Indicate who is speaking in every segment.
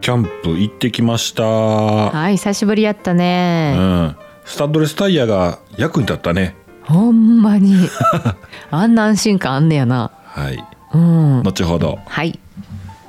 Speaker 1: キャンプ行ってきました。
Speaker 2: はい、久しぶりやった
Speaker 1: う
Speaker 2: ね。
Speaker 1: ん。スタッドレスタイヤが役に立ったね。
Speaker 2: ほんま に。あんな安心感あんねやな。
Speaker 1: はい。
Speaker 2: うん。
Speaker 1: 後ほど。
Speaker 2: はい。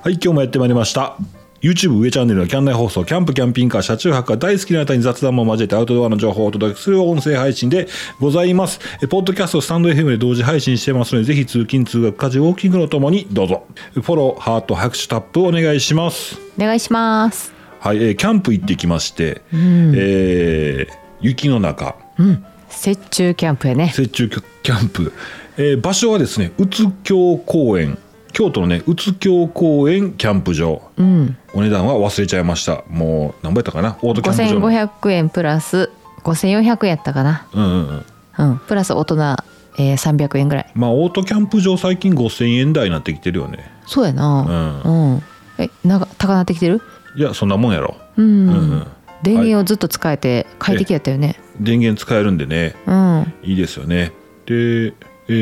Speaker 1: はい、今日もやってまいりました。YouTube 上チャンネルのキャン内放送、キャンプ、キャンピングカー、車中泊が大好きなあなたに雑談も交えてアウトドアの情報をお届けする音声配信でございます。えポッドキャスト、スタンド FM で同時配信してますので、ぜひ通勤、通学、家事、ウォーキングのともにどうぞ。フォロー、ハート、拍手、タップお願いします。
Speaker 2: お願いします。
Speaker 1: はい、えーキャンプ行ってきまして、えー雪の中、
Speaker 2: うん。雪中キャンプやね。
Speaker 1: 雪中キャンプ、えー場所はですね宇都京公園京都のね宇都京公園キャンプ場、
Speaker 2: うん。
Speaker 1: お値段は忘れちゃいましたもう何倍やったかなオートキャン
Speaker 2: 五
Speaker 1: プ場
Speaker 2: 千
Speaker 1: の
Speaker 2: 五百円プラス五千四百円やったかな。
Speaker 1: うんうんうん
Speaker 2: うん。プラス大人えー三百円ぐらい。
Speaker 1: まあオートキャンプ場最近5000円台になってきてるよね
Speaker 2: そうやな。うん。え、なんか高なってきてる？
Speaker 1: いやそんなもんやろ
Speaker 2: うん。
Speaker 1: うんうん
Speaker 2: 電源をずっと使えて快適やったよね。
Speaker 1: 電源使えるんでね
Speaker 2: うん。
Speaker 1: いいですよねで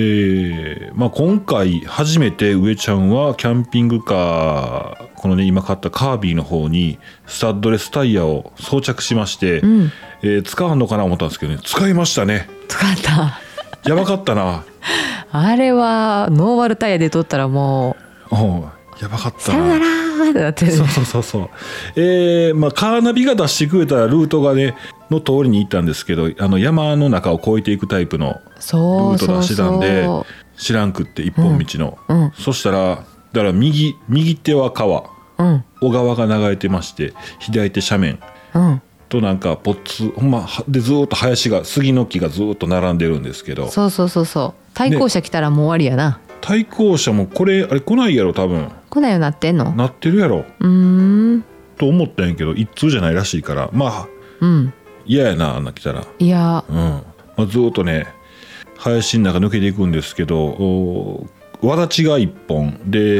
Speaker 1: えーまあ、今回初めて上ちゃんはキャンピングカーこのね今買ったカービィの方にスタッドレスタイヤを装着しまして、
Speaker 2: うん。
Speaker 1: えー使うのかな思ったんですけどね使いましたね
Speaker 2: 使った。
Speaker 1: やばかった な
Speaker 2: あれはノーマルタイヤで撮ったらも
Speaker 1: おうやばかっ
Speaker 2: う「
Speaker 1: た
Speaker 2: さよなら!」ってなってる
Speaker 1: そうそうそうそう。えーまあ、カーナビが出してくれたルートがね、の通りに行ったんですけど、あの、山の中を越えていくタイプのル
Speaker 2: そう
Speaker 1: ート
Speaker 2: そう
Speaker 1: 出してたんで、
Speaker 2: そ
Speaker 1: 知らんくって、一本道の。
Speaker 2: ううん
Speaker 1: そしたら、だから右、右手は川、
Speaker 2: うん
Speaker 1: 小川が流れてまして、左手斜面
Speaker 2: うん
Speaker 1: となんか、ポツ、ほんま、はで、ずーっと林が、杉の木がずーっと並んでるんですけど、
Speaker 2: そうそうそうそう対向車来たらもう終わりやな、
Speaker 1: 対向車もこれ、あれ来ないやろ、多分。
Speaker 2: 来ないようになってんの
Speaker 1: なってるやろ。
Speaker 2: うーん
Speaker 1: と思ったんやけど、一通じゃないらしいから、まあ、
Speaker 2: うん
Speaker 1: 嫌やな、あんな来たら。
Speaker 2: いや
Speaker 1: うんまあ、ずーっとね林の中抜けていくんですけどおわだちが1本で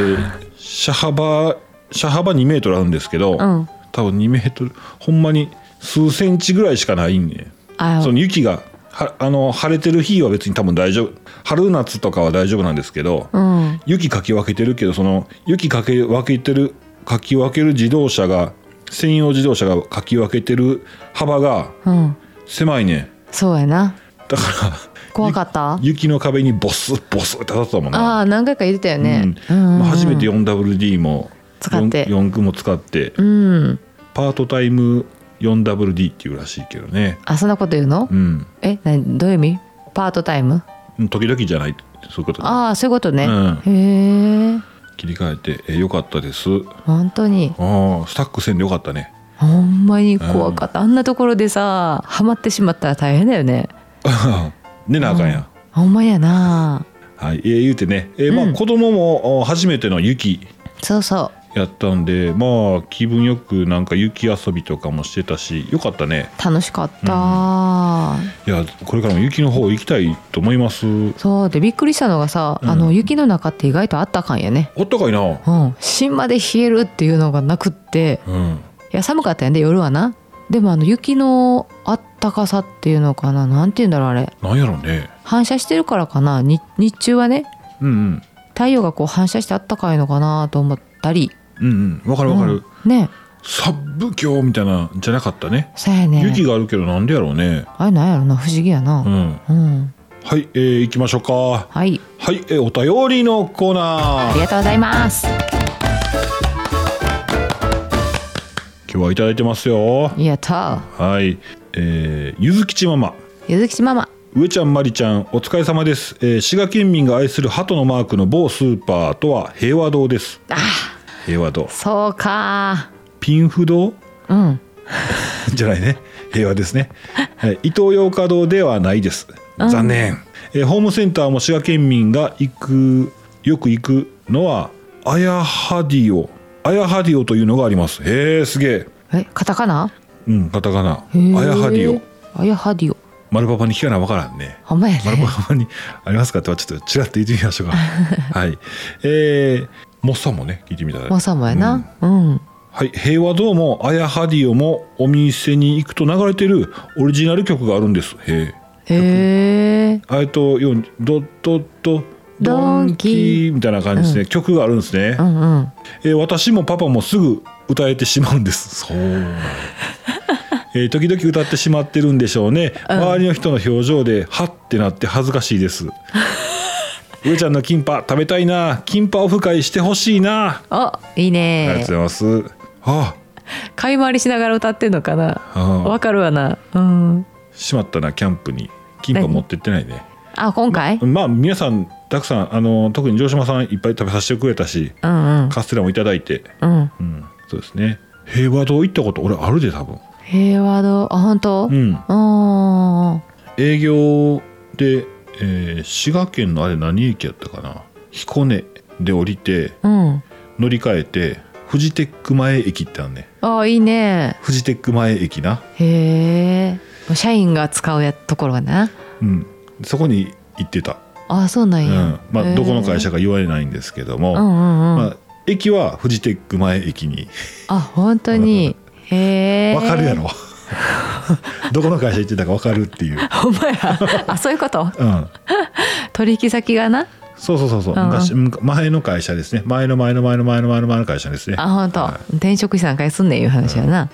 Speaker 1: 車幅車幅2メートルあるんですけど、
Speaker 2: うん
Speaker 1: 多分2メートルほんまに数センチぐらいしかないんで、
Speaker 2: あ
Speaker 1: その雪がはあの晴れてる日は別に多分大丈夫春夏とかは大丈夫なんですけど、
Speaker 2: うん
Speaker 1: 雪かき分けてるけどその雪かき分けてるかき分ける自動車が専用自動車がかき分けてる幅が
Speaker 2: うん
Speaker 1: 狭いねん
Speaker 2: そうやな
Speaker 1: だから
Speaker 2: 怖かった
Speaker 1: 雪の壁にボスボスって当たったもんな
Speaker 2: ああ何回か言ってたよね、
Speaker 1: う
Speaker 2: うんんうん
Speaker 1: まあ、初めて 4WD も
Speaker 2: 使って
Speaker 1: 4区も使って
Speaker 2: うん
Speaker 1: パートタイム 4WD っていうらしいけどね
Speaker 2: あそんなこと言うの、
Speaker 1: うん
Speaker 2: えなにどういう意味パートタイム
Speaker 1: 時々じゃないそういうことで
Speaker 2: ああそういうことね、
Speaker 1: うん
Speaker 2: へえ
Speaker 1: 切り替えてえよかったです
Speaker 2: 本当に
Speaker 1: ああスタックせんでよかったね
Speaker 2: ほんまに怖かった、あんなところでさハマってしまったら大変だよね
Speaker 1: ねなあかんや、
Speaker 2: ほんまやな
Speaker 1: はいえー言うてね、えーま
Speaker 2: う
Speaker 1: あ、
Speaker 2: ん
Speaker 1: 子供もお初めての雪
Speaker 2: そうそ
Speaker 1: やったんでまあ気分よくなんか雪遊びとかもしてたしよかったね
Speaker 2: う楽しかっ
Speaker 1: い
Speaker 2: た、
Speaker 1: やこれからも雪の方行きたいと思います
Speaker 2: そうでびっくりしたのがさ、
Speaker 1: うん
Speaker 2: あの雪の中って意外とあったかんやね
Speaker 1: あったかいな
Speaker 2: うん芯まで冷えるっていうのがなくって
Speaker 1: うん
Speaker 2: いや寒かったんやで夜はなでもあの雪のあったかさっていうのかななんて言うんだろうあれ
Speaker 1: なんやろね
Speaker 2: 反射してるからかなに日中はね
Speaker 1: うんうん
Speaker 2: 太陽がこう反射してあったかいのかなと思ったり
Speaker 1: うんうんわかるわかる、
Speaker 2: うんね
Speaker 1: サッブ教みたいなんじゃなかったね
Speaker 2: そうやね
Speaker 1: 雪があるけどなんでやろうね
Speaker 2: あれなんやろな不思議や
Speaker 1: う
Speaker 2: な。
Speaker 1: ん
Speaker 2: うん、
Speaker 1: はいえー、行きましょうかは
Speaker 2: はい、
Speaker 1: い、えー、お便りのコーナ
Speaker 2: あ
Speaker 1: ー
Speaker 2: りがとうございます。
Speaker 1: 今日はいただいてますよ
Speaker 2: やった
Speaker 1: はいえー、ゆずきちママ
Speaker 2: ー、ゆずきちママ。
Speaker 1: 上ちゃんまりちゃんお疲れ様です、えー、滋賀県民が愛する鳩のマークの某スーパーとは平和堂です
Speaker 2: あ、
Speaker 1: 平和堂
Speaker 2: そうか
Speaker 1: ピンフ堂
Speaker 2: ー。うん、
Speaker 1: じゃないね平和ですね、はい、伊東洋華堂ではないです
Speaker 2: うん
Speaker 1: 残念、えーホームセンターも滋賀県民が行くよく行くのはアヤハディオアヤハディオというのがありますへえすげえ
Speaker 2: え、カタカナ。
Speaker 1: うんカタカナア
Speaker 2: へー
Speaker 1: ヤハディオ。
Speaker 2: あやはディオ。
Speaker 1: 丸パパに聞かなわからん ね
Speaker 2: ほんまや
Speaker 1: 丸
Speaker 2: ね。
Speaker 1: パパにありますかってはちょっとちらっと言ってみましょう かはいえー、モッサンもね聞いてみたら
Speaker 2: もうさもやな。うん。
Speaker 1: はい、平和堂もアヤハディオもお店に行くと流れてるオリジナル曲があるんですへえ
Speaker 2: へえ。
Speaker 1: あえっとよんドッドッドドンキーみたいな感じですね、曲があるんですね、
Speaker 2: うんうん。
Speaker 1: えー私もパパもすぐ歌えてしまうんですそうなんだえー時々歌ってしまってるんでしょうね、周りの人の表情ではってなって恥ずかしいです 上ちゃんのキンパ食べたいなキンパオフ会してほしいな、
Speaker 2: あいい
Speaker 1: あり
Speaker 2: ね
Speaker 1: がとうございますあ
Speaker 2: 買い回りしながら歌ってんのかな
Speaker 1: あ
Speaker 2: わかるわなうん
Speaker 1: しまったなキャンプにキンパ持ってってないね
Speaker 2: あ今回、
Speaker 1: まあ皆さんたくさんあの特に城島さんいっぱい食べさせてくれたし
Speaker 2: うん
Speaker 1: カステラもいただいて
Speaker 2: うんうん
Speaker 1: うんそうですね平和堂行ったこと俺あるで多分
Speaker 2: 平和堂あ本当
Speaker 1: うん
Speaker 2: あ
Speaker 1: 営業で、えー滋賀県のあれ何駅やったかな彦根で降りて
Speaker 2: ーうん
Speaker 1: 乗り換えてフジテック前駅ってあんねん
Speaker 2: あいいね
Speaker 1: フジテック前駅な
Speaker 2: へえ社員が使うやところがな
Speaker 1: うんそこに行ってた、
Speaker 2: あそうな
Speaker 1: うんん
Speaker 2: や、
Speaker 1: ま
Speaker 2: へ
Speaker 1: あ
Speaker 2: ー
Speaker 1: どこの会社か言われないんですけども、
Speaker 2: うんうんうん、
Speaker 1: まあ、駅はフジテック前駅に
Speaker 2: あ本当にへえ
Speaker 1: わかるやろ どこの会社行ってたかわかるっていう、
Speaker 2: ほんまやあそういうこと
Speaker 1: うん、
Speaker 2: 取引先がな
Speaker 1: そうそうそうそう、
Speaker 2: うんうん
Speaker 1: 昔むか前の会社ですね前の前の前の前の前の前の会社ですね
Speaker 2: あ本当、
Speaker 1: は
Speaker 2: 転職したんかいすんねんいう話やな、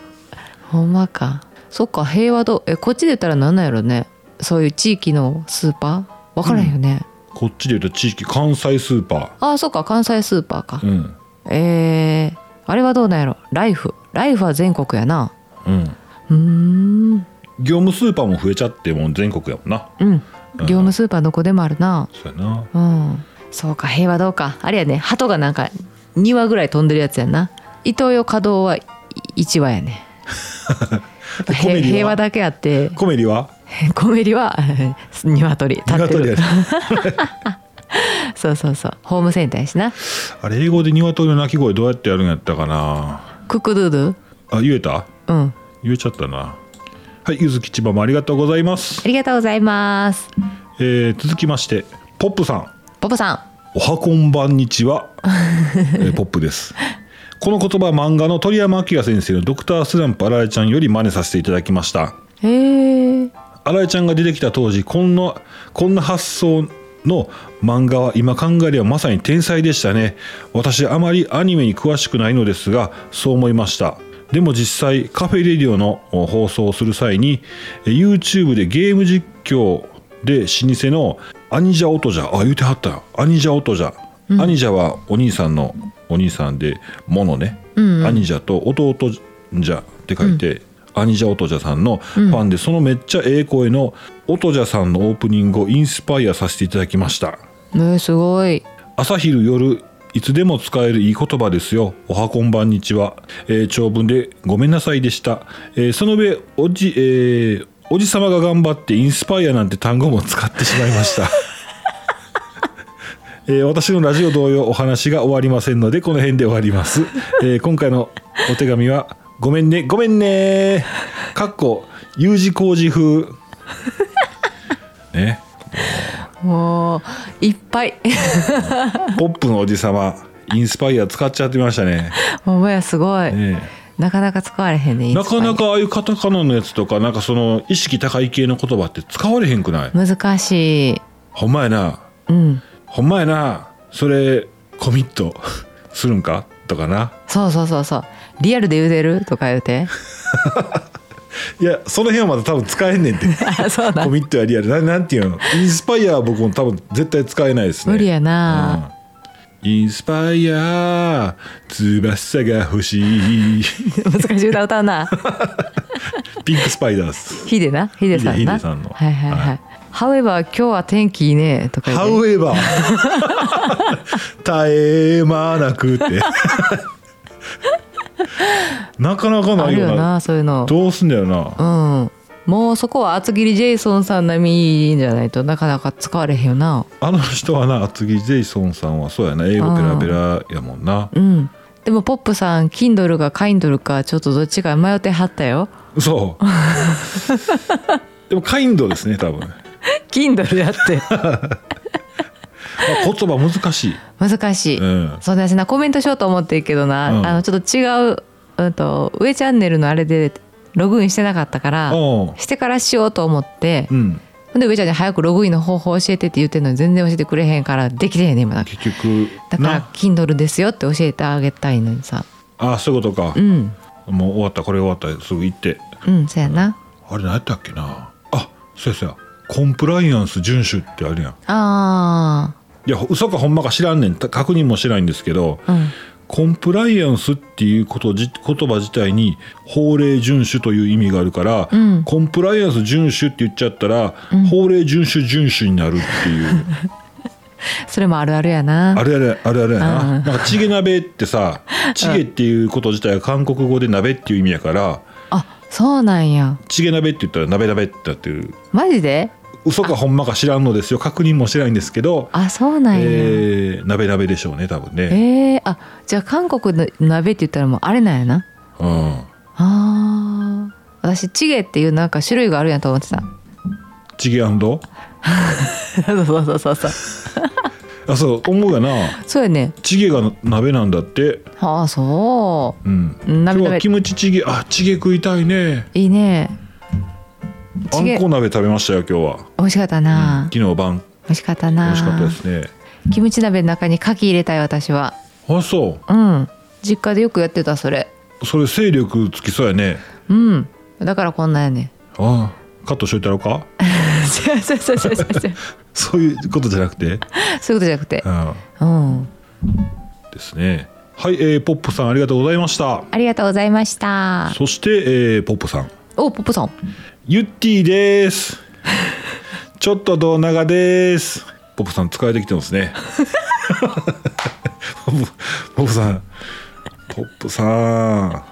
Speaker 2: ほんまかそっか平和堂えこっちで言ったらなんなんやろねそういう地域のスーパー分からんよね、
Speaker 1: こっちで言うと地域関西スーパ
Speaker 2: あそっか関西スーパーか
Speaker 1: ー、うん
Speaker 2: えー、あれはどうなんやろライフライフは全国やな
Speaker 1: うん、
Speaker 2: うーん
Speaker 1: 業務スーパーも増えちゃってもう全国やもんな
Speaker 2: うん業務スーパーどこでもあるな
Speaker 1: そうやな
Speaker 2: うんそうか平和どうかあれやね鳩がなんか2羽ぐらい飛んでるやつやんな伊東洋華堂はい1羽やねやっぱ
Speaker 1: コメデ
Speaker 2: へ
Speaker 1: ィは
Speaker 2: 平和だけあって
Speaker 1: コメリは
Speaker 2: コメリは 鶏立って
Speaker 1: 鶏や
Speaker 2: る
Speaker 1: で
Speaker 2: そうそうそうホームセンターやしな
Speaker 1: あれ英語で鶏の鳴き声どうやってやるんやったかな
Speaker 2: クックドゥドゥ
Speaker 1: あ言えた
Speaker 2: うん
Speaker 1: 言えちゃったなはいゆずきちばもありがとうございます
Speaker 2: あ、りがとうございます
Speaker 1: えー続きましてポップさん
Speaker 2: ポポさん
Speaker 1: おはこんばんにちは、 えーポップですこの言葉は漫画の鳥山明先生の「ドクタースランプあられちゃん」より真似させていただきました
Speaker 2: へえ
Speaker 1: あられちゃんが出てきた当時こんなこんな発想の漫画は今考えればまさに天才でしたね私あまりアニメに詳しくないのですがそう思いましたでも実際カフェレディオのお放送をする際にえ YouTube でゲーム実況で老舗のアニジャオトジャあ言うてはったよアニジャオトジャ、アニジャはお兄さんのお兄さんでモノね、アニジャと弟じゃって書いて、アニジャオトジャさんのファンで、そのめっちゃええ声のオトジャさんのオープニングをインスパイアさせていただきました
Speaker 2: ねすごい
Speaker 1: 朝昼夜いつでも使えるいい言葉ですよ。おはこんばんにちは。えー長文でごめんなさいでした。えーその上おじ、えーおじ様が頑張ってインスパイアなんて単語も使ってしまいました。 えー私のラジオ同様お話が終わりませんのでこの辺で終わります、えー今回のお手紙は「ごめんねごめんね」かっこ U 字工事風ね
Speaker 2: もういっぱい
Speaker 1: ポップのおじさまインスパイア使っちゃってましたね
Speaker 2: ほんまやすごい、
Speaker 1: ね
Speaker 2: なかなか使われへんね
Speaker 1: えなかな
Speaker 2: インスパイ
Speaker 1: かああいうカタカナのやつとかなんかその意識高い系の言葉って使われへんくない
Speaker 2: ア難しい
Speaker 1: ほんまやな
Speaker 2: うん
Speaker 1: ほんまやなそれコミット するんかとかな
Speaker 2: そうそうそうそうリアルで言うてるとか言うて
Speaker 1: いやその辺はまだ多分使えんねんっ て
Speaker 2: あ そうだ
Speaker 1: コミットやリアルななんていうのインスパイアは僕も多分絶対使えないですね
Speaker 2: 無理やな、
Speaker 1: うんインスパイア翼が欲しい
Speaker 2: 難しい歌歌 うな
Speaker 1: ピンクスパイダース
Speaker 2: ヒデなヒデさ
Speaker 1: ヒ
Speaker 2: んな
Speaker 1: デヒデさんの
Speaker 2: はいはい
Speaker 1: は
Speaker 2: はいい「However 今日は天気いいね」とか言って
Speaker 1: However 絶え間なくって なかなか
Speaker 2: あ
Speaker 1: ない
Speaker 2: る
Speaker 1: よな
Speaker 2: よなそういうの
Speaker 1: どうすんだよな
Speaker 2: うんもうそこは厚切りジェイソンさん並みじゃないとなかなか使われへんよな
Speaker 1: あの人はな厚木ジェイソンさんはそうやな英語ペラペラやもんな
Speaker 2: うんでもポップさん Kindle か Kindle かちょっとどっちか迷ってはったよ
Speaker 1: そうでもカインドですね多分、まあ
Speaker 2: Kindle やって
Speaker 1: 言葉難しい、
Speaker 2: 難しい、
Speaker 1: うん、
Speaker 2: そうだしなコメントしようと思ってるけどな、
Speaker 1: うん
Speaker 2: あのちょっと違う、うん、と上チャンネルのあれでログインしてなかったから
Speaker 1: おう
Speaker 2: してからしようと思って
Speaker 1: う、ん
Speaker 2: ほん、で上ちゃんに早くログインの方法教えてって言ってんのに全然教えてくれへんからできてへんねん今だ
Speaker 1: 結局
Speaker 2: だから
Speaker 1: な
Speaker 2: Kindle ですよって教えてあげたいのにさ
Speaker 1: あそういうことか
Speaker 2: う、ん
Speaker 1: もう終わったこれ終わったすぐ行って
Speaker 2: うんそうやな
Speaker 1: あれ何やったっけなあそうやそうやコンプライアンス遵守ってあるやん
Speaker 2: あ
Speaker 1: いや嘘かほんまか知らんねんた確認もしてないんですけど、
Speaker 2: あうん
Speaker 1: コンプライアンスっていうことじ言葉自体に法令遵守という意味があるから、
Speaker 2: うん
Speaker 1: コンプライアンス遵守って言っちゃったら、法令遵守遵守になるっていう
Speaker 2: それもあるあるやな
Speaker 1: あれあれあれあれやな
Speaker 2: う
Speaker 1: なんかチゲ鍋ってさチゲっていうこと自体は韓国語で鍋っていう意味やから
Speaker 2: あそうなんや
Speaker 1: チゲ鍋って言ったら鍋鍋ってなってる
Speaker 2: マジで
Speaker 1: 嘘かほんまか知らんのですよ確認もしてないんですけど、
Speaker 2: あそうなんや、
Speaker 1: えー、鍋鍋でしょうね多分ね、
Speaker 2: えー、あじゃあ韓国の鍋って言ったらもうあれなんやな
Speaker 1: うん、
Speaker 2: あー私チゲっていうなんか種類があるんやと思ってた
Speaker 1: チゲ
Speaker 2: そうそうそうそうそう
Speaker 1: あそう思うやな
Speaker 2: そうやね
Speaker 1: チゲが鍋なんだって
Speaker 2: ああそ
Speaker 1: うん
Speaker 2: う
Speaker 1: 今
Speaker 2: 鍋
Speaker 1: 日は
Speaker 2: 鍋
Speaker 1: キムチチゲあチゲ食いたいね
Speaker 2: いいね
Speaker 1: あ
Speaker 2: チ
Speaker 1: ん
Speaker 2: ゲ
Speaker 1: こ鍋食べましたよ今日は
Speaker 2: 美味しかったな、
Speaker 1: 昨日晩
Speaker 2: 美味しかった
Speaker 1: 美
Speaker 2: な
Speaker 1: 味しかったですね
Speaker 2: キムチ鍋の中に牡蠣入れたい私は
Speaker 1: あそ
Speaker 2: うん実家でよくやってたそれ
Speaker 1: うそれ勢力つきそうやね
Speaker 2: うんだからこんなんや ね
Speaker 1: ああカットしといたろか
Speaker 2: そうそうそうそうそうそういう
Speaker 1: そういうことじゃなくて、
Speaker 2: ことじゃなくて
Speaker 1: うん、
Speaker 2: うん
Speaker 1: ですねはい、えーポップさんありがとうございました
Speaker 2: ありがとうございました
Speaker 1: そして、えーポップさん
Speaker 2: おポッポさん
Speaker 1: ゆってぃですちょっと胴長ですポップさん疲れてきてますね ポップポップさんポップさん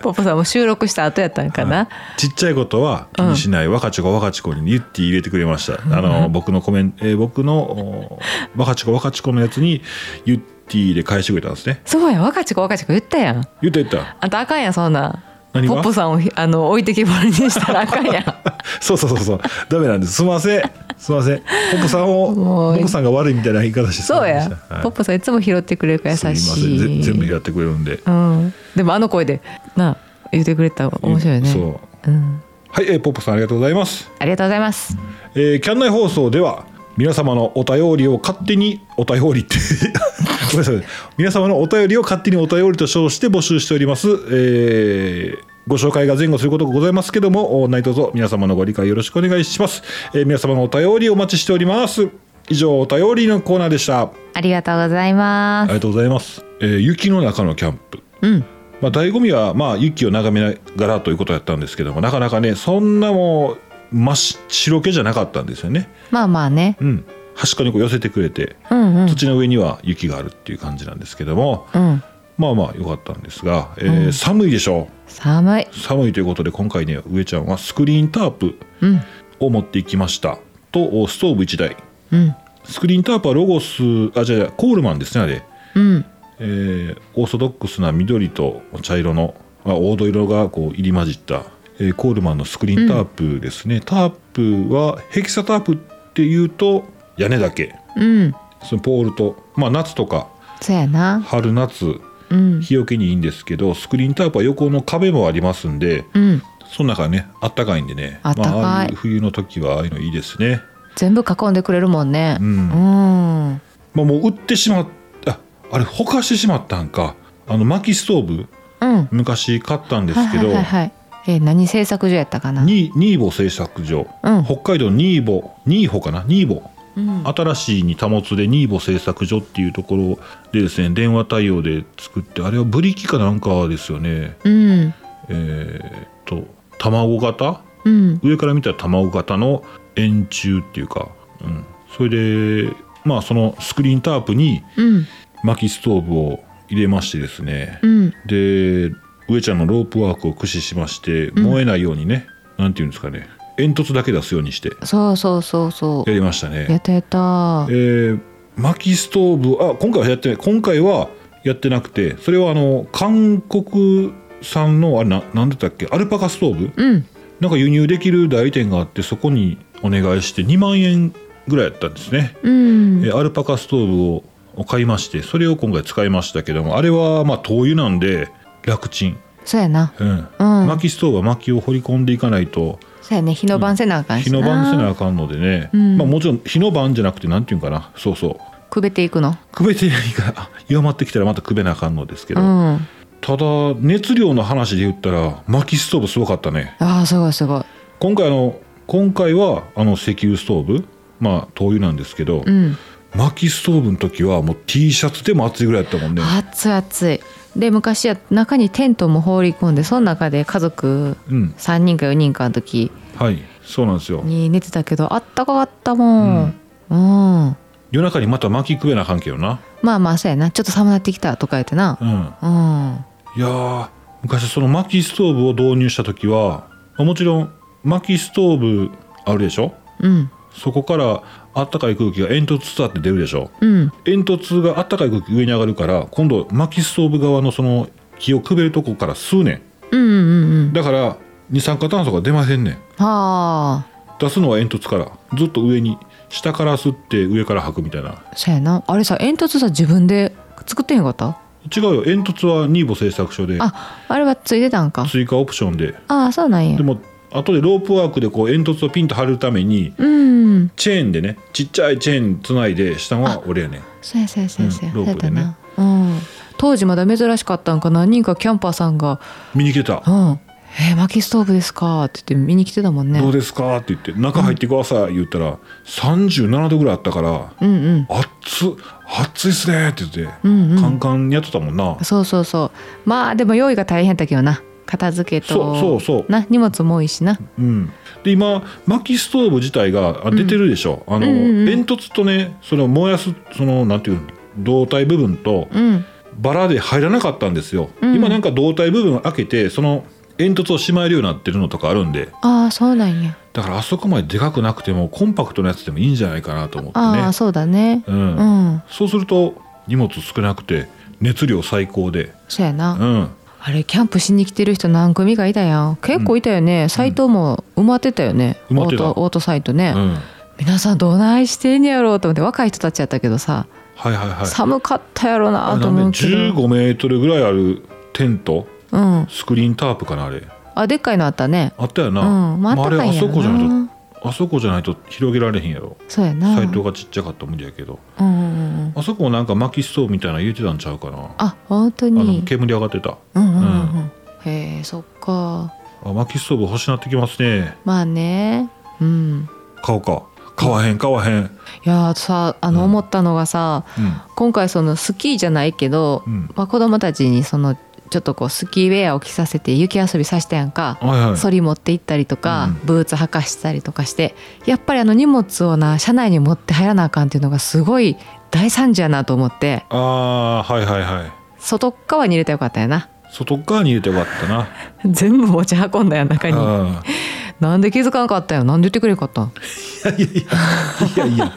Speaker 2: ポッポさんも収録した後やったんかな、
Speaker 1: ちっちゃいことは気にしない、若ち子若ち子にゆってぃ入れてくれましたあの僕のコメント、えー僕のお若ち子若ち子のやつにゆってぃで返してくれたんですね
Speaker 2: そうや若ち子若ち子言ったやん
Speaker 1: 言った言った
Speaker 2: あんたあかんやんそんなん
Speaker 1: 何が
Speaker 2: ポッポさんをひあの置いてきぼりにしたらあか んやん
Speaker 1: そうそうそうそうダメなんですすみませんすみませんポップさんを
Speaker 2: も
Speaker 1: ポ
Speaker 2: う
Speaker 1: ップさんが悪いみたいな言い方してすみ
Speaker 2: そ
Speaker 1: ま
Speaker 2: う
Speaker 1: せんで
Speaker 2: や
Speaker 1: し、たはい
Speaker 2: ポッポさんいつも拾ってくれるから
Speaker 1: すみ
Speaker 2: 優
Speaker 1: ま
Speaker 2: し
Speaker 1: せん
Speaker 2: い
Speaker 1: ぜ全部やってくれるんで
Speaker 2: うん、でもあの声でなあ言ってくれたら面白いよね
Speaker 1: そう
Speaker 2: うん、
Speaker 1: はい、えーポップさんありがとうございます、
Speaker 2: ありがとうございます
Speaker 1: えーキャン内放送では皆様のお便りを勝手にお便りって ごめんなさい皆様のお便りを勝手にお便りと称して募集しております、えーご紹介が前後することがございますけどもお何卒皆様のご理解よろしくお願いします、えー皆様のお便りお待ちしております以上お便りのコーナーでしたあ
Speaker 2: ありがとうございま
Speaker 1: り
Speaker 2: す
Speaker 1: がとうございます、えー雪の中のキャンプ
Speaker 2: うん
Speaker 1: まあ、醍醐味はまあ雪を眺めながらということやったんですけどもなかなかねそんなもう真っ白けじゃなかったんですよね。
Speaker 2: まあまあね
Speaker 1: うん、端っこにこう寄せてくれて
Speaker 2: うんうん
Speaker 1: 土の上には雪があるっていう感じなんですけども、
Speaker 2: うん
Speaker 1: まあまあ良かったんですが、えー寒いでしょ
Speaker 2: 寒いう
Speaker 1: 寒いということで今回ね上ちゃんはスクリーンタープ
Speaker 2: うん
Speaker 1: を持っていきましたとストーブ1台
Speaker 2: うん
Speaker 1: スクリーンタープはロゴスあじゃあコールマンですねあれ。
Speaker 2: うん
Speaker 1: えーオーソドックスな緑と茶色の、まあ、黄土色がこう入り混じった、えーコールマンのスクリーンタープですね、タープはヘキサタープっていうと屋根だけ
Speaker 2: うん
Speaker 1: そのポールと、まあ、夏とか
Speaker 2: そうやな
Speaker 1: 春夏
Speaker 2: うん
Speaker 1: 日よけにいいんですけどスクリーンタープは横の壁もありますんで
Speaker 2: うん
Speaker 1: その中はねあったかいんでね
Speaker 2: あったかい
Speaker 1: まあ、ああいう冬の時はああいうのいいですね、
Speaker 2: 全部囲んでくれるもんね
Speaker 1: うん
Speaker 2: うん
Speaker 1: まあ、もう売ってしまったあれほかしてしまったんかあの薪ストーブ
Speaker 2: うん
Speaker 1: 昔買ったんですけど、
Speaker 2: はいはいはいはいえー何製作所やったかな
Speaker 1: ニーニーボ製作所、
Speaker 2: うん
Speaker 1: 北海道ニーボニーホかなニーボ
Speaker 2: うん
Speaker 1: 新しいに保つでニーボ製作所っていうところでですね電話対応で作ってあれはブリキかなんかですよね
Speaker 2: うん
Speaker 1: えーっと卵型
Speaker 2: うん
Speaker 1: 上から見たら卵型の円柱っていうか、うん、それでまあそのスクリーンタープに
Speaker 2: うん
Speaker 1: 薪ストーブを入れましてですね、
Speaker 2: うん
Speaker 1: で上ちゃんのロープワークを駆使しまして燃えないようにね、なんていうんですかね煙突だけ出すようにして
Speaker 2: そうそうそうそ
Speaker 1: やりました
Speaker 2: うや
Speaker 1: ね
Speaker 2: ったやった
Speaker 1: えー、薪ストーブあ今回はやってない今回はやってなくてそれはあの韓国産のあれななんだったっけアルパカストーブ
Speaker 2: うん
Speaker 1: なんか輸入できる代理店があってそこにお願いして2万円ぐらいやったんですね、
Speaker 2: うん
Speaker 1: えーアルパカストーブを買いましてそれを今回使いましたけどもあれはまあ灯油なんで楽ちん
Speaker 2: そうやな
Speaker 1: うん
Speaker 2: うん
Speaker 1: 薪ストーブは薪を掘り込んでいかないと
Speaker 2: そうやね日の晩せなあかんし
Speaker 1: 火
Speaker 2: な
Speaker 1: の晩せなあかんのでね、
Speaker 2: うん
Speaker 1: まあ、もちろん火の晩じゃなくてなんていうんかなそうそう
Speaker 2: くべていくの
Speaker 1: くべていないから 弱まってきたらまたくべなあかんのですけ
Speaker 2: う
Speaker 1: ど、
Speaker 2: んあ
Speaker 1: ただ熱量の話で言ったら薪ストーブすごかったね
Speaker 2: あすごいすごい
Speaker 1: 今回あの今回はあの石油ストーブまあ灯油なんですけど、
Speaker 2: うん
Speaker 1: 薪ストーブの時はもう T シャツでも暑いぐらいだったもんね
Speaker 2: 暑い暑いで昔は中にテントも放り込んでその中で家族
Speaker 1: うん
Speaker 2: 3人か4人かの時
Speaker 1: はいそうなんですよ
Speaker 2: に寝てたけどあったかかったもんうん、
Speaker 1: 夜中にまた薪くべなあかんけどな
Speaker 2: まあまあそうやなちょっと寒なってきたとか言ってな
Speaker 1: うん
Speaker 2: うん
Speaker 1: いやー昔その薪ストーブを導入した時はもちろん薪ストーブあるでしょ
Speaker 2: うん
Speaker 1: そこからあったかい空気が煙突伝って出るでしょ
Speaker 2: うん
Speaker 1: 煙突があったかい空気上に上がるから今度薪ストーブ側のその木をくべるとこから吸うね
Speaker 2: うんうんうん
Speaker 1: んだから二酸化炭素が出ませんねん
Speaker 2: はあ
Speaker 1: 出すのは煙突からずっと上に下から吸って上から吐くみたいな
Speaker 2: そうやなあれさ煙突さ自分で作ってへんかった
Speaker 1: 違うよ煙突はニーボ製作所で
Speaker 2: ああれはついてたんか
Speaker 1: 追加オプションで
Speaker 2: ああそうなんや
Speaker 1: でも後でロープワークでこう煙突をピンと張るために
Speaker 2: うん
Speaker 1: チェーンでねちっちゃいチェーンつないで下は俺やねん
Speaker 2: そうやそうやそうやそうや、
Speaker 1: うんロープでね
Speaker 2: そうやったなうん当時まだ珍しかったんか何人かキャンパーさんが
Speaker 1: 見に来てた
Speaker 2: 「うんえー、薪ストーブですか」って言って見に来てたもんね
Speaker 1: どうですか?」って言って「中入ってください」言ったら37度ぐらいあったから
Speaker 2: うんうん
Speaker 1: 「熱っ熱いっすね」って言って
Speaker 2: うんうん
Speaker 1: カンカンやってたもんな
Speaker 2: そうそうそうまあでも用意が大変だけどな片付けと
Speaker 1: そうそうそう
Speaker 2: な荷物も多いしな
Speaker 1: うんで今薪ストーブ自体があ出てるでしょあの
Speaker 2: うんうんうん
Speaker 1: 煙突とねそれを燃やすそのなんていうの胴体部分と
Speaker 2: うん
Speaker 1: バラで入らなかったんですよ
Speaker 2: うん
Speaker 1: 今なんか胴体部分開けてその煙突をしまえるようになってるのとかあるんで
Speaker 2: ああそうなんや
Speaker 1: だからあそこまででかくなくてもコンパクトなやつでもいいんじゃないかなと思って
Speaker 2: ああ、
Speaker 1: ね
Speaker 2: そうだね
Speaker 1: う
Speaker 2: うんん、
Speaker 1: そうすると荷物少なくて熱量最高で、
Speaker 2: そうやな、
Speaker 1: うん、
Speaker 2: あれキャンプしに来てる人何組かいたやん結構いたよね、サイトも埋まってたよね、
Speaker 1: 埋まってた
Speaker 2: オートオートサイトね、
Speaker 1: うん、はい
Speaker 2: 皆さんどないしてんやろうと思って若い人たちやったけどさ、
Speaker 1: はいはい。
Speaker 2: 寒かったやろう
Speaker 1: あ
Speaker 2: な
Speaker 1: れ
Speaker 2: と
Speaker 1: 何メ
Speaker 2: 思うけど
Speaker 1: 15メートルぐらいあるテント、
Speaker 2: うん
Speaker 1: スクリーンタープかなあれ。
Speaker 2: あでっかいのあったね
Speaker 1: あったよな。
Speaker 2: うんまあ
Speaker 1: まああれ
Speaker 2: あったか
Speaker 1: あ
Speaker 2: いんや
Speaker 1: そ
Speaker 2: ろな
Speaker 1: こじゃないとあそこじゃないと広げられへんやろ。
Speaker 2: そうやな
Speaker 1: サイトがちっちゃかったもんやけど、
Speaker 2: うんうんうん
Speaker 1: あそこもなんか薪ストーブみたいなの入れてたんちゃうかな。あ
Speaker 2: あ本当
Speaker 1: の
Speaker 2: に
Speaker 1: 煙上がってた。
Speaker 2: うんうんうんうんへえそっか
Speaker 1: あ薪ストーブ欲しなってきますね。
Speaker 2: まあねうん
Speaker 1: 買おうか。買わへん買わへん。
Speaker 2: いやーさあ
Speaker 1: う
Speaker 2: の
Speaker 1: ん
Speaker 2: 思ったのがさ、
Speaker 1: うん
Speaker 2: 今回そのスキーじゃないけど、
Speaker 1: うん
Speaker 2: まあ、子供たちにそのちょっとこうスキーウェアを着させて雪遊びさせたやんか、
Speaker 1: はいはい。
Speaker 2: そり持って行ったりとか、
Speaker 1: う
Speaker 2: ブーツ履かしたりとかしてやっぱりあの荷物をな車内に持って入らなあかんっていうのがすごい大惨事やなと思って
Speaker 1: ああーはいはいはい。
Speaker 2: 外っ側に入れたらよかったよな
Speaker 1: 外側に入れてよかったな。
Speaker 2: 全部持ち運んだよ中に
Speaker 1: あー
Speaker 2: なんで気づかなかったよなんで言ってくれんかったん
Speaker 1: いやいや。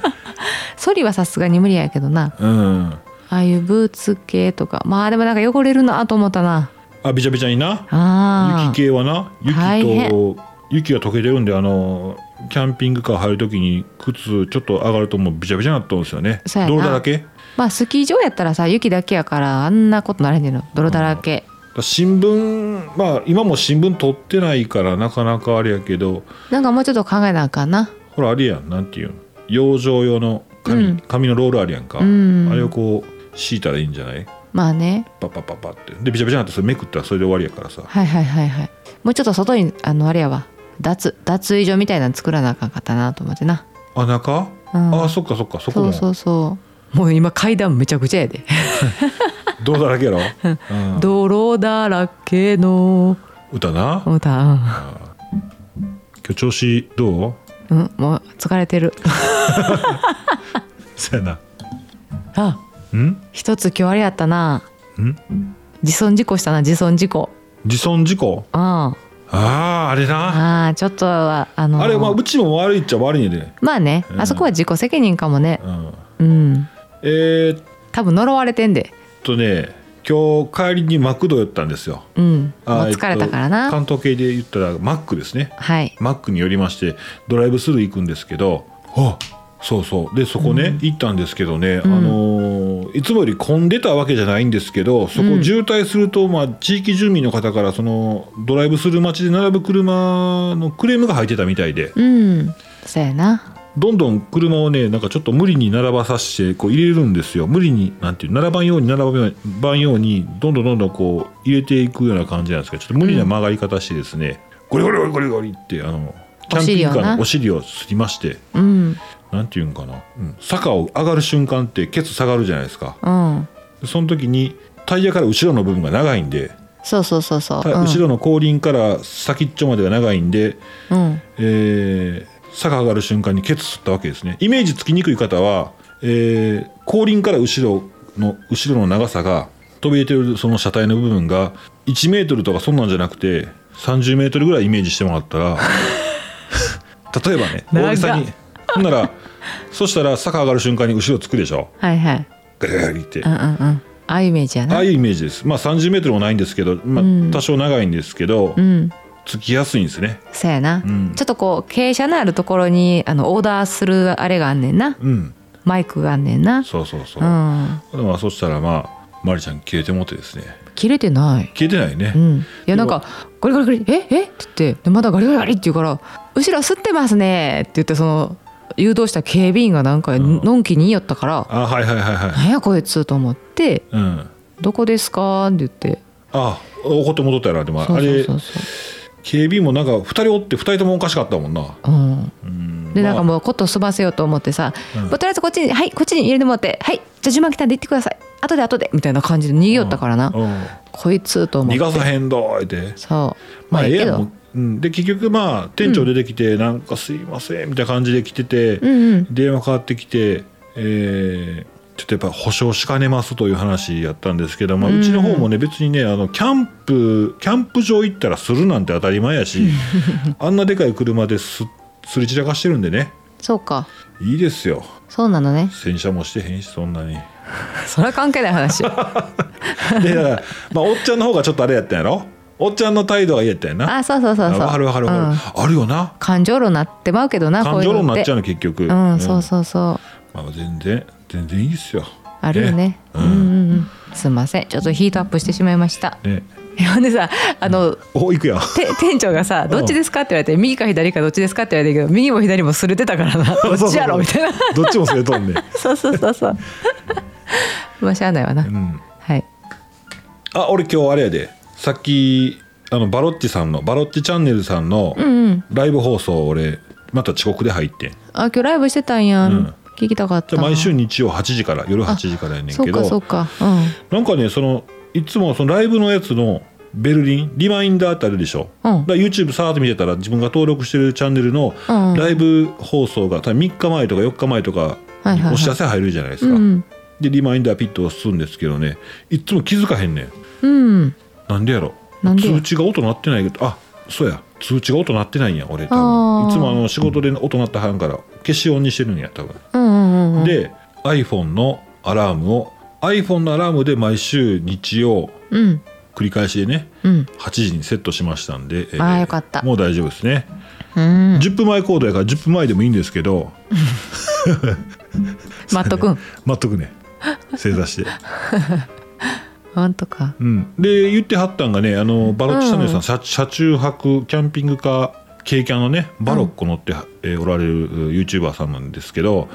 Speaker 2: ソリはさすがに無理やけどな
Speaker 1: うん。
Speaker 2: ああいうブーツ系とかまあでもなんか汚れるなと思ったな
Speaker 1: あびちゃびちゃにな
Speaker 2: あ
Speaker 1: 雪系はな
Speaker 2: 大
Speaker 1: 雪
Speaker 2: 変
Speaker 1: と雪が溶けてるんであのキャンピングカー入るときに靴ちょっと上がるともうびちゃびちゃになったんですよね
Speaker 2: そうやな
Speaker 1: 泥だらけだか
Speaker 2: まあスキー場やったらさ雪だけやからあんなことなれへんねんの泥だらけ、
Speaker 1: ら新聞まあ今も新聞取ってないからなかなかあれやけど
Speaker 2: なんかもうちょっと考えなあかんな
Speaker 1: ほらあれやんなんていうの養生用の紙、
Speaker 2: うん
Speaker 1: 紙のロールあるやんか、
Speaker 2: うん
Speaker 1: あれをこう敷いたらいいんじゃない
Speaker 2: まあね
Speaker 1: パッパッパッパッってでびちゃびちゃになってそれめくったらそれで終わりやからさ
Speaker 2: はいはいはいはいもうちょっと外にあのあれやわ脱脱衣所みたいなの作らなあかんかったなと思ってな、
Speaker 1: あ中、
Speaker 2: うん
Speaker 1: あそっかそっかそこ
Speaker 2: そ
Speaker 1: も
Speaker 2: うそうそうもう今階段めちゃくちゃやで
Speaker 1: 泥だらけやろ、うん
Speaker 2: 「泥だらけの
Speaker 1: 歌な
Speaker 2: 歌
Speaker 1: 今日調子どう
Speaker 2: うん」うん、もう疲れてる
Speaker 1: そやな。
Speaker 2: あ
Speaker 1: ん
Speaker 2: 一つ今日あれやったなん自損事故したな自損事故
Speaker 1: 自損事故
Speaker 2: うんあ
Speaker 1: ああ、あれな。
Speaker 2: あちょっとはあの
Speaker 1: あれ、まあ、うちも悪いっちゃ悪いんやで。
Speaker 2: まあね、
Speaker 1: うん
Speaker 2: あそこは自己責任かもね
Speaker 1: うん。
Speaker 2: うん
Speaker 1: えー、っ
Speaker 2: 多分呪われてんで
Speaker 1: とね、今日帰りにマクド寄ったんですよ。
Speaker 2: うんもう
Speaker 1: あー
Speaker 2: 疲れたから
Speaker 1: えっと
Speaker 2: な
Speaker 1: 関東系で言ったらマックですね。
Speaker 2: はい
Speaker 1: マックによりまして、ドライブスルー行くんですけど、あそうそう。で、そこね、行ったんですけどね、
Speaker 2: ん
Speaker 1: あのーいつもより混んでたわけじゃないんですけど、そこ渋滞すると、まあ、地域住民の方から、その、ドライブスルー待ちで並ぶ車のクレームが入ってたみたいで、
Speaker 2: うんそうやな
Speaker 1: どんどん車をねなんかちょっと無理に並ばさせてこう入れるんですよ無理になんていう並ばんように並ばんようにどんどんどんどんこう入れていくような感じなんですけどちょっと無理な曲がり方してですね、ゴリゴリゴリゴリゴリってあのキャンピングカーのお
Speaker 2: お
Speaker 1: 尻をすりまして
Speaker 2: うん
Speaker 1: なんていうんかな、うん坂を上がる瞬間ってケツ下がるじゃないですか
Speaker 2: うん
Speaker 1: その時にタイヤから後ろの部分が長いんで、
Speaker 2: そうそうそうそう、
Speaker 1: た
Speaker 2: うん、
Speaker 1: 後ろの後輪から先っちょまでが長いんで、
Speaker 2: うん
Speaker 1: えー坂上がる瞬間にケツ吸ったわけですねイメージつきにくい方は、えー後輪から後ろの後ろの長さが飛び出てるその車体の部分が1メートルとかそんなんじゃなくて30メートルぐらいイメージしてもらった ら例えばね
Speaker 2: 長っ
Speaker 1: 大げさにほんならそしたら坂上がる瞬間に後ろつくでしょ
Speaker 2: はいはい
Speaker 1: ガリガリガリって
Speaker 2: うんうんうんああいうイメージや
Speaker 1: ああ
Speaker 2: な
Speaker 1: いうイメージですまあ30メートルもないんですけど、ま
Speaker 2: うん
Speaker 1: あ、多少長いんですけど、
Speaker 2: うん
Speaker 1: つきやすいんですね
Speaker 2: そうやな、
Speaker 1: うん
Speaker 2: ちょっとこう傾斜のあるところにあのオーダーするあれがあんねんな
Speaker 1: うん
Speaker 2: マイクがあんねんな
Speaker 1: そうそうそう
Speaker 2: う、ん
Speaker 1: まあ、そしたらまあマリちゃん消えてもってですね
Speaker 2: 切れてない
Speaker 1: 消えてないね、
Speaker 2: うんいやなん
Speaker 1: で
Speaker 2: かガリガリガリ「ええっ?」て言ってでまだガリガリガリって言うから「後ろ吸ってますね」って言ってその誘導した警備員がなんか
Speaker 1: ん
Speaker 2: のんきに言いよったから
Speaker 1: あはいはいはいはい
Speaker 2: 「なんやこいつ」と思って
Speaker 1: うんあ
Speaker 2: 「どこですか?」って言って
Speaker 1: 怒って戻ったやなでも
Speaker 2: そ
Speaker 1: あ
Speaker 2: うそう
Speaker 1: れ
Speaker 2: そうそ
Speaker 1: 警備員もなんか2人おって2人ともおかしかったもんな
Speaker 2: う。うん
Speaker 1: うん
Speaker 2: で
Speaker 1: ま
Speaker 2: な
Speaker 1: あ
Speaker 2: んかもうこと済ませようと思ってさ、
Speaker 1: うん
Speaker 2: もうとりあえずこっちに「はいこっちに入れてもらってはいじゃあ順番来たんで行ってください後で後で」みたいな感じで逃げよったからな、
Speaker 1: う
Speaker 2: こいつと
Speaker 1: ん
Speaker 2: 思っ
Speaker 1: 逃
Speaker 2: て
Speaker 1: がさへんどーいって
Speaker 2: そう
Speaker 1: まあええ
Speaker 2: いい
Speaker 1: や
Speaker 2: け
Speaker 1: ん
Speaker 2: ど
Speaker 1: もう、うん、で結局まあ店長出てきて、なんかすいませんみたいな感じで来てて、
Speaker 2: うんうん
Speaker 1: 電話かかってきて、えーちょっとやっぱ保証しかねますという話やったんですけど、まあ、
Speaker 2: うん
Speaker 1: うちの方もね別にねあのキャンプキャンプ場行ったらするなんて当たり前や しあんなでかい車ですすり散らかしてるんでね
Speaker 2: そうか
Speaker 1: いいですよ
Speaker 2: そうな のね
Speaker 1: 洗車もしてへんしそん なに
Speaker 2: それは関係ない話
Speaker 1: でだから、まあ、おっちゃんの方がちょっとあれやったんやろおっちゃんの態度が嫌やったんやな
Speaker 2: あそうそうそうそう
Speaker 1: わかるわかるわ
Speaker 2: うん
Speaker 1: かる、あるよな
Speaker 2: 感情論なってまうけどな
Speaker 1: 感情論になっちゃう
Speaker 2: う
Speaker 1: の結局、
Speaker 2: うのうんそうそうそう
Speaker 1: まあ、全然全然いいっすよ
Speaker 2: あるよね
Speaker 1: ね
Speaker 2: うんうんうんすいませんちょっとヒートアップしてしまいました
Speaker 1: ね
Speaker 2: ほんでさあの、
Speaker 1: お行くや
Speaker 2: て店長がさ「どっちですか?」って言われて「右か左かどっちですか?」って言われてけど右も左もすれてたか らなどっちやろみたいな
Speaker 1: どっちもそれとんねん
Speaker 2: そうそうそう そうまあしゃあないわな、
Speaker 1: うん
Speaker 2: はい
Speaker 1: あ俺今日あれやでさっきあのバロッチさんのバロッチチャンネルさんの
Speaker 2: うんうん
Speaker 1: ライブ放送俺また遅刻で入ってん
Speaker 2: あ今日ライブしてたんやん、
Speaker 1: うん
Speaker 2: 聞きたかっ
Speaker 1: じ
Speaker 2: た
Speaker 1: ゃあ毎週日曜8時から夜8時からやねん
Speaker 2: そ
Speaker 1: け
Speaker 2: うかそ
Speaker 1: ど
Speaker 2: うかうん
Speaker 1: なんかねそのいつもそのライブのやつのベルリンリマインダーってあるでしょ、
Speaker 2: うん
Speaker 1: だから YouTube さーっと見てたら自分が登録してるチャンネルの
Speaker 2: うん
Speaker 1: ライブ放送が多分3日前とか4日前とか
Speaker 2: はいはいはい
Speaker 1: お知らせ入るじゃないです
Speaker 2: う
Speaker 1: か、
Speaker 2: ん
Speaker 1: でリマインダーピットを押すんですけどねいつも気づかへんねん
Speaker 2: うん
Speaker 1: なんでやろ
Speaker 2: なんでや
Speaker 1: 通知が音鳴ってないけどあそうや通知が音鳴ってないんや俺多
Speaker 2: あ
Speaker 1: 分
Speaker 2: ー
Speaker 1: いつもあの仕事で音鳴ったはんから消し音にしてるんや多分、
Speaker 2: うんうんうん
Speaker 1: で iPhone のアラームを iPhone のアラームで毎週日曜
Speaker 2: うん
Speaker 1: 繰り返しでね
Speaker 2: うん
Speaker 1: 8時にセットしましたんで、え
Speaker 2: あーよかった
Speaker 1: もう大丈夫ですね、
Speaker 2: うん
Speaker 1: 10分前コードやから10分前でもいいんですけど
Speaker 2: マット君
Speaker 1: 待っとくね正座して、
Speaker 2: ほんとか
Speaker 1: うん、で言ってはったんがねあのバロッチチャンネルさん、
Speaker 2: うん
Speaker 1: 車車中泊キャンピングカー軽キャンのねバロッコ乗って、えーおられるう YouTuber さんなんですけど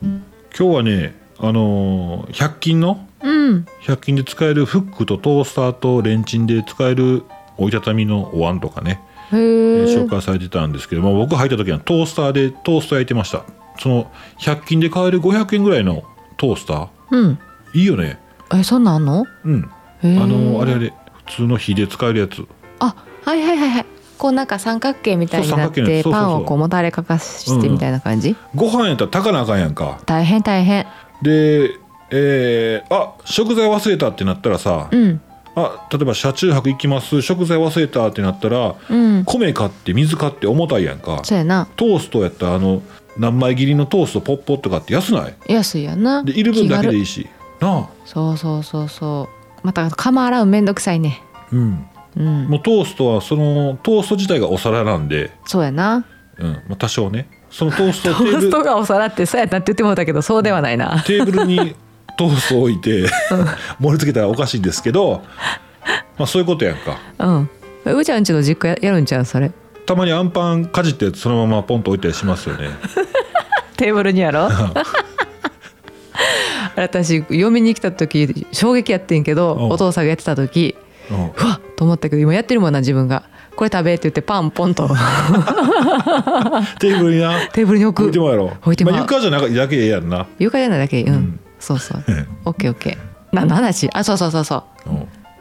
Speaker 1: 今日はねあのー100均の
Speaker 2: うん
Speaker 1: 100均で使えるフックとトースターとレンチンで使える折りたたみのお椀とかね、
Speaker 2: へ
Speaker 1: えー
Speaker 2: え
Speaker 1: 紹介されてたんですけど、まあ、僕入った時はトースターでトースト焼いてましたその100均で買える500円ぐらいのトースター
Speaker 2: うん
Speaker 1: いいよね
Speaker 2: えそんなんあんの
Speaker 1: うん
Speaker 2: あ
Speaker 1: あのあれあれ普通の火で使えるやつ
Speaker 2: あはいはいはいはいこうなんか三角形みたいになっ
Speaker 1: そう三角形のや
Speaker 2: て
Speaker 1: つそうそうそう
Speaker 2: パンをこうもたれかかしてみたいな感じ、
Speaker 1: ご飯やったら炊かなあかんやんか
Speaker 2: 大変大変
Speaker 1: でえーあ食材忘れたってなったらさ、
Speaker 2: うん
Speaker 1: あ例えば車中泊行きます食材忘れたってなったら、
Speaker 2: うん
Speaker 1: 米買って水買って重たいやんか
Speaker 2: そうやな
Speaker 1: トーストやったらあの何枚切りのトーストポッポッとかって安ない
Speaker 2: 安いやな
Speaker 1: でいる分だけでい
Speaker 2: い
Speaker 1: いしな
Speaker 2: そうそうそうそうまた釜洗うのめんどくさいね
Speaker 1: あうん
Speaker 2: うん
Speaker 1: もうトーストはそのトースト自体がお皿なんで、
Speaker 2: そうやな
Speaker 1: うんまあ、多少ねそのトースト
Speaker 2: ト
Speaker 1: をテー
Speaker 2: ー
Speaker 1: ブル
Speaker 2: ストがお皿ってそうやなって言ってもうたけどそうではないな
Speaker 1: テーブルにトーストを置いて盛り付けたらおかしいんですけど、まあ、そういうことやんか
Speaker 2: うんうーちゃんちの実家ややるんちゃうそれ
Speaker 1: たまにアンパンかじってそのままポンと置いたりしますよね
Speaker 2: テーブルにやろ 私嫁に来た時衝撃やってんけど
Speaker 1: うん
Speaker 2: お父さんがやってた時
Speaker 1: うん
Speaker 2: うわっと思ったけど今やってるもんな自分がこれ食べって言ってパン ポンと
Speaker 1: テーブルにな
Speaker 2: テーブルに置く
Speaker 1: 置いてもらうやろ
Speaker 2: 置いてもらう
Speaker 1: まあ、床じゃなくだけええやんな
Speaker 2: 床じゃないだけうん、
Speaker 1: ん
Speaker 2: そうそう
Speaker 1: うん
Speaker 2: オッケーオッケー何の話あそうそうそうそう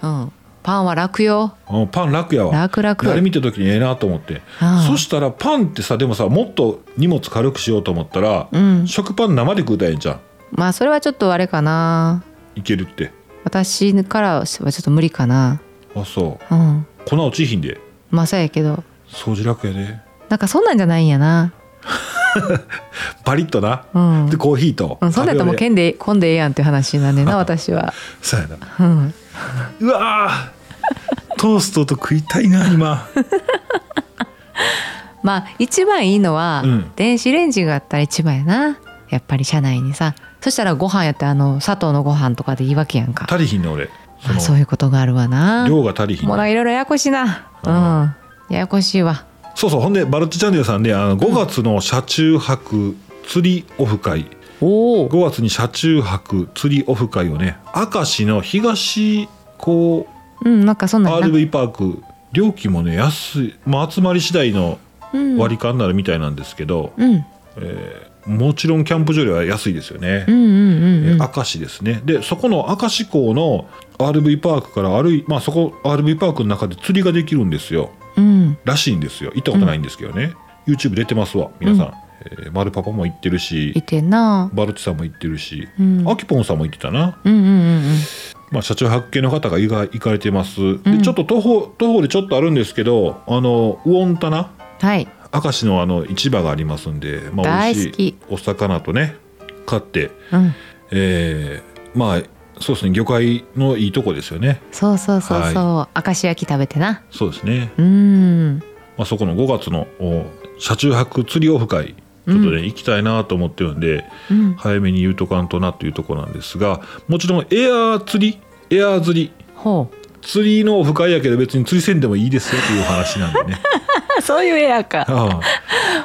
Speaker 1: うん
Speaker 2: うんパンは楽よ
Speaker 1: うんパン楽やわ
Speaker 2: 楽々
Speaker 1: であれ見た時にええなと思って
Speaker 2: ああ
Speaker 1: そしたらパンってさでもさもっと荷物軽くしようと思ったら、
Speaker 2: うん
Speaker 1: 食パン生で食うたらええんじゃん
Speaker 2: まあそれはちょっとあれかない
Speaker 1: けるって
Speaker 2: 私からはちょっと無理かな
Speaker 1: あそう
Speaker 2: うん
Speaker 1: 粉落ちひんで
Speaker 2: まあそうやけど
Speaker 1: 掃除楽やで
Speaker 2: なんかそんなんじゃないんやな
Speaker 1: パリッとな、
Speaker 2: うん
Speaker 1: でコーヒーと、
Speaker 2: うん、そんなんやったらもう
Speaker 1: 食べよ
Speaker 2: 剣で混んでええやんっていう話なんでな私は、
Speaker 1: うねそうやな
Speaker 2: うん、
Speaker 1: うわートーストと食いたいな 今
Speaker 2: まあ一番いいのは、
Speaker 1: うん
Speaker 2: 電子レンジがあったら一番やなやっぱり車内にさそしたらご飯やってあの砂糖のご飯とかでいいわけやんか
Speaker 1: 足りひんね俺
Speaker 2: あそういうことがあるわな
Speaker 1: 量が足りひん
Speaker 2: もうなんかいろいろややこしいなうんややこしいわ
Speaker 1: そうそうほんでバルトチャンネルさんであの5月の車中泊釣りオフ会、
Speaker 2: おお
Speaker 1: 5月に車中泊釣りオフ会をね明石の東こ
Speaker 2: うんなんかそん
Speaker 1: う
Speaker 2: なんやな
Speaker 1: RV パーク料金もね安い、まあ、集まり次第の
Speaker 2: うん
Speaker 1: 割り勘になるみたいなんですけど、
Speaker 2: うん
Speaker 1: えーもちろんキャンプ場よりは安いですよね、
Speaker 2: うんうんうん
Speaker 1: え
Speaker 2: うん
Speaker 1: ー明石ですねでそこの明石港の RV パークから歩い、まあ、そこ RV パークの中で釣りができるんですよ
Speaker 2: うん
Speaker 1: らしいんですよ行ったことないんですけどね、YouTube 出てますわ皆さん、えーマルパパも行ってる
Speaker 2: い
Speaker 1: し、
Speaker 2: てんな
Speaker 1: バルチさんも行ってるし、
Speaker 2: うん
Speaker 1: アキポンさんも行ってたな、
Speaker 2: うんうんうんうん
Speaker 1: まあ、社長発見の方が意外行かれてますで、
Speaker 2: うん
Speaker 1: ちょっと徒歩徒歩でちょっとあるんですけどあの魚ンタナ
Speaker 2: はい
Speaker 1: 明石のあの市場がありますんで、まあ、
Speaker 2: 大
Speaker 1: 美
Speaker 2: 好き
Speaker 1: 味しいお魚とね買って
Speaker 2: うん
Speaker 1: えーまあそうですね魚介のいいとこですよね
Speaker 2: そうそうそうそう、明石焼き食べてな
Speaker 1: そうですね、
Speaker 2: うん
Speaker 1: まあ、そこの5月のお車中泊釣りオフ会ちょっとね、行きたいなと思ってるんで
Speaker 2: うん
Speaker 1: 早めに言うとかんとなというとこなんですがもちろんエアー釣りエアー釣り
Speaker 2: ほう
Speaker 1: 釣りのオフ会やけど別に釣りせんでもいいですよという話なんで ね。
Speaker 2: そういうエアか。
Speaker 1: あ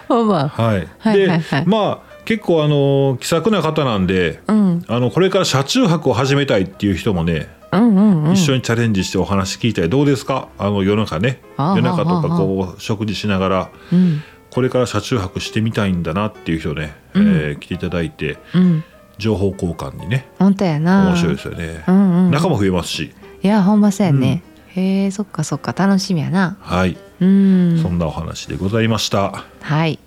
Speaker 2: ほんま。
Speaker 1: あはい、
Speaker 2: はい
Speaker 1: で、
Speaker 2: はいはい
Speaker 1: まあ結構あの気さくな方なんで
Speaker 2: うん。
Speaker 1: あのこれから車中泊を始めたいっていう人もね
Speaker 2: うんうんうん。
Speaker 1: 一緒にチャレンジしてお話聞いたりどうですかあの夜中ね
Speaker 2: ああ
Speaker 1: 夜中とか
Speaker 2: ああ
Speaker 1: こう食事しながら
Speaker 2: うん
Speaker 1: これから車中泊してみたいんだなっていう人ね、えー来ていただいて
Speaker 2: うん。
Speaker 1: 情報交換にね
Speaker 2: 本当やな。。
Speaker 1: 面白いですすよね、
Speaker 2: うんうん。
Speaker 1: 仲も増えますし
Speaker 2: いや、ほんまそうやね。へえ、そっかそっか、楽しみやな。
Speaker 1: はい、
Speaker 2: うん
Speaker 1: そ。んなお話でございました。
Speaker 2: はい。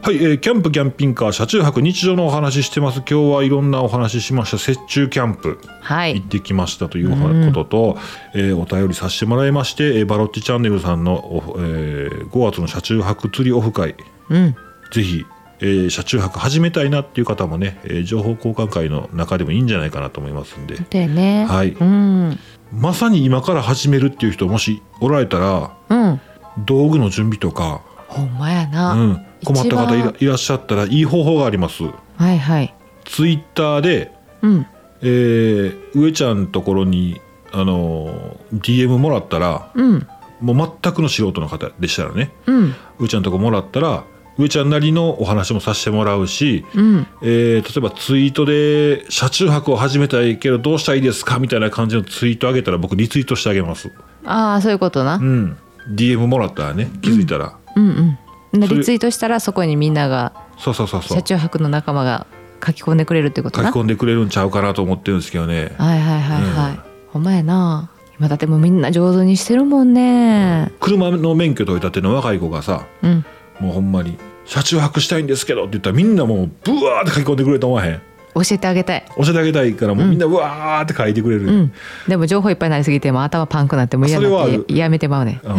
Speaker 1: はい、えーキャンプキャンピングカー車中泊日常のお話ししてます今日はいろんなお話ししました雪中キャンプ
Speaker 2: は
Speaker 1: 行
Speaker 2: い
Speaker 1: っ。てきましたということと、えーお便りさせてもらいまして、えーバロッティチャンネルさんのお、えー5月の車中泊釣りオフ会
Speaker 2: うん。
Speaker 1: ぜひ、えー車中泊始めたいなっていう方もね、えー情報交換会の中でもいいんじゃないかなと思いますんで
Speaker 2: 本当やね。
Speaker 1: はい
Speaker 2: うん。
Speaker 1: まさに今から始めるっていう人もしおられたら
Speaker 2: うん。
Speaker 1: 道具の準備とか、
Speaker 2: ほんまや
Speaker 1: う
Speaker 2: な。
Speaker 1: ん、困った方いら
Speaker 2: 一番
Speaker 1: いらっしゃったらいい方法があります。
Speaker 2: はいはい。
Speaker 1: ツイッターで
Speaker 2: うん。
Speaker 1: えー上ちゃんのところに、あのー DM もらったら
Speaker 2: うん。
Speaker 1: もう全くの素人の方でしたらね
Speaker 2: うん。
Speaker 1: 上ちゃんのとこもらったら上ちゃんなりのお話もさせてもらうし、
Speaker 2: うん。
Speaker 1: えー例えばツイートで「車中泊を始めたいけどどうしたらいいですか?」みたいな感じのツイートあげたら僕リツイートしてあげます、
Speaker 2: ああ、そういうことな
Speaker 1: う。ん、DM もらったらね気づいたら、
Speaker 2: うんうん。で
Speaker 1: それ
Speaker 2: リツイートしたら、そこにみんなが、
Speaker 1: そうそうそうそう
Speaker 2: 車
Speaker 1: 書き
Speaker 2: 中泊の仲間が書き込んでくれるってことな。
Speaker 1: 込んでくれるんちゃうかなと思ってるんですけどね
Speaker 2: はいはいはいはい、
Speaker 1: うん
Speaker 2: ほんまやな今だってもうみんな上手にしてるもんね
Speaker 1: 車の免許取り立ての若い子がさ
Speaker 2: うん
Speaker 1: もうほんまに「車中泊したいんですけど」って言ったらみんなもうブワーって書き込んでくれると思わへん
Speaker 2: 教えてあげたい
Speaker 1: 教えてあげたいからもうみんなブワーって書いてくれる、
Speaker 2: うんでも情報いっぱいになりすぎてもう頭パンクなってもう嫌にな
Speaker 1: それ
Speaker 2: っ
Speaker 1: はあ
Speaker 2: てやめてまうね
Speaker 1: あの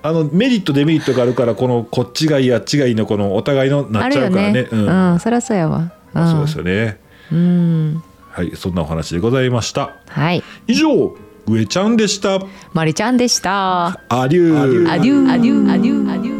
Speaker 1: あのメリットデメリットがあるからこのこっちがいいあっちがいいのこのお互いのな
Speaker 2: あ
Speaker 1: っ
Speaker 2: る
Speaker 1: ちゃ
Speaker 2: よ
Speaker 1: うから
Speaker 2: ね
Speaker 1: ね
Speaker 2: うん、そりゃそうやわ、う、
Speaker 1: まあそうんですよね
Speaker 2: うん
Speaker 1: はいそんなお話でございました
Speaker 2: はい
Speaker 1: 以上上ちゃんでした
Speaker 2: まりちゃんでした
Speaker 1: アデュー
Speaker 2: アデューアデューアデューアデュー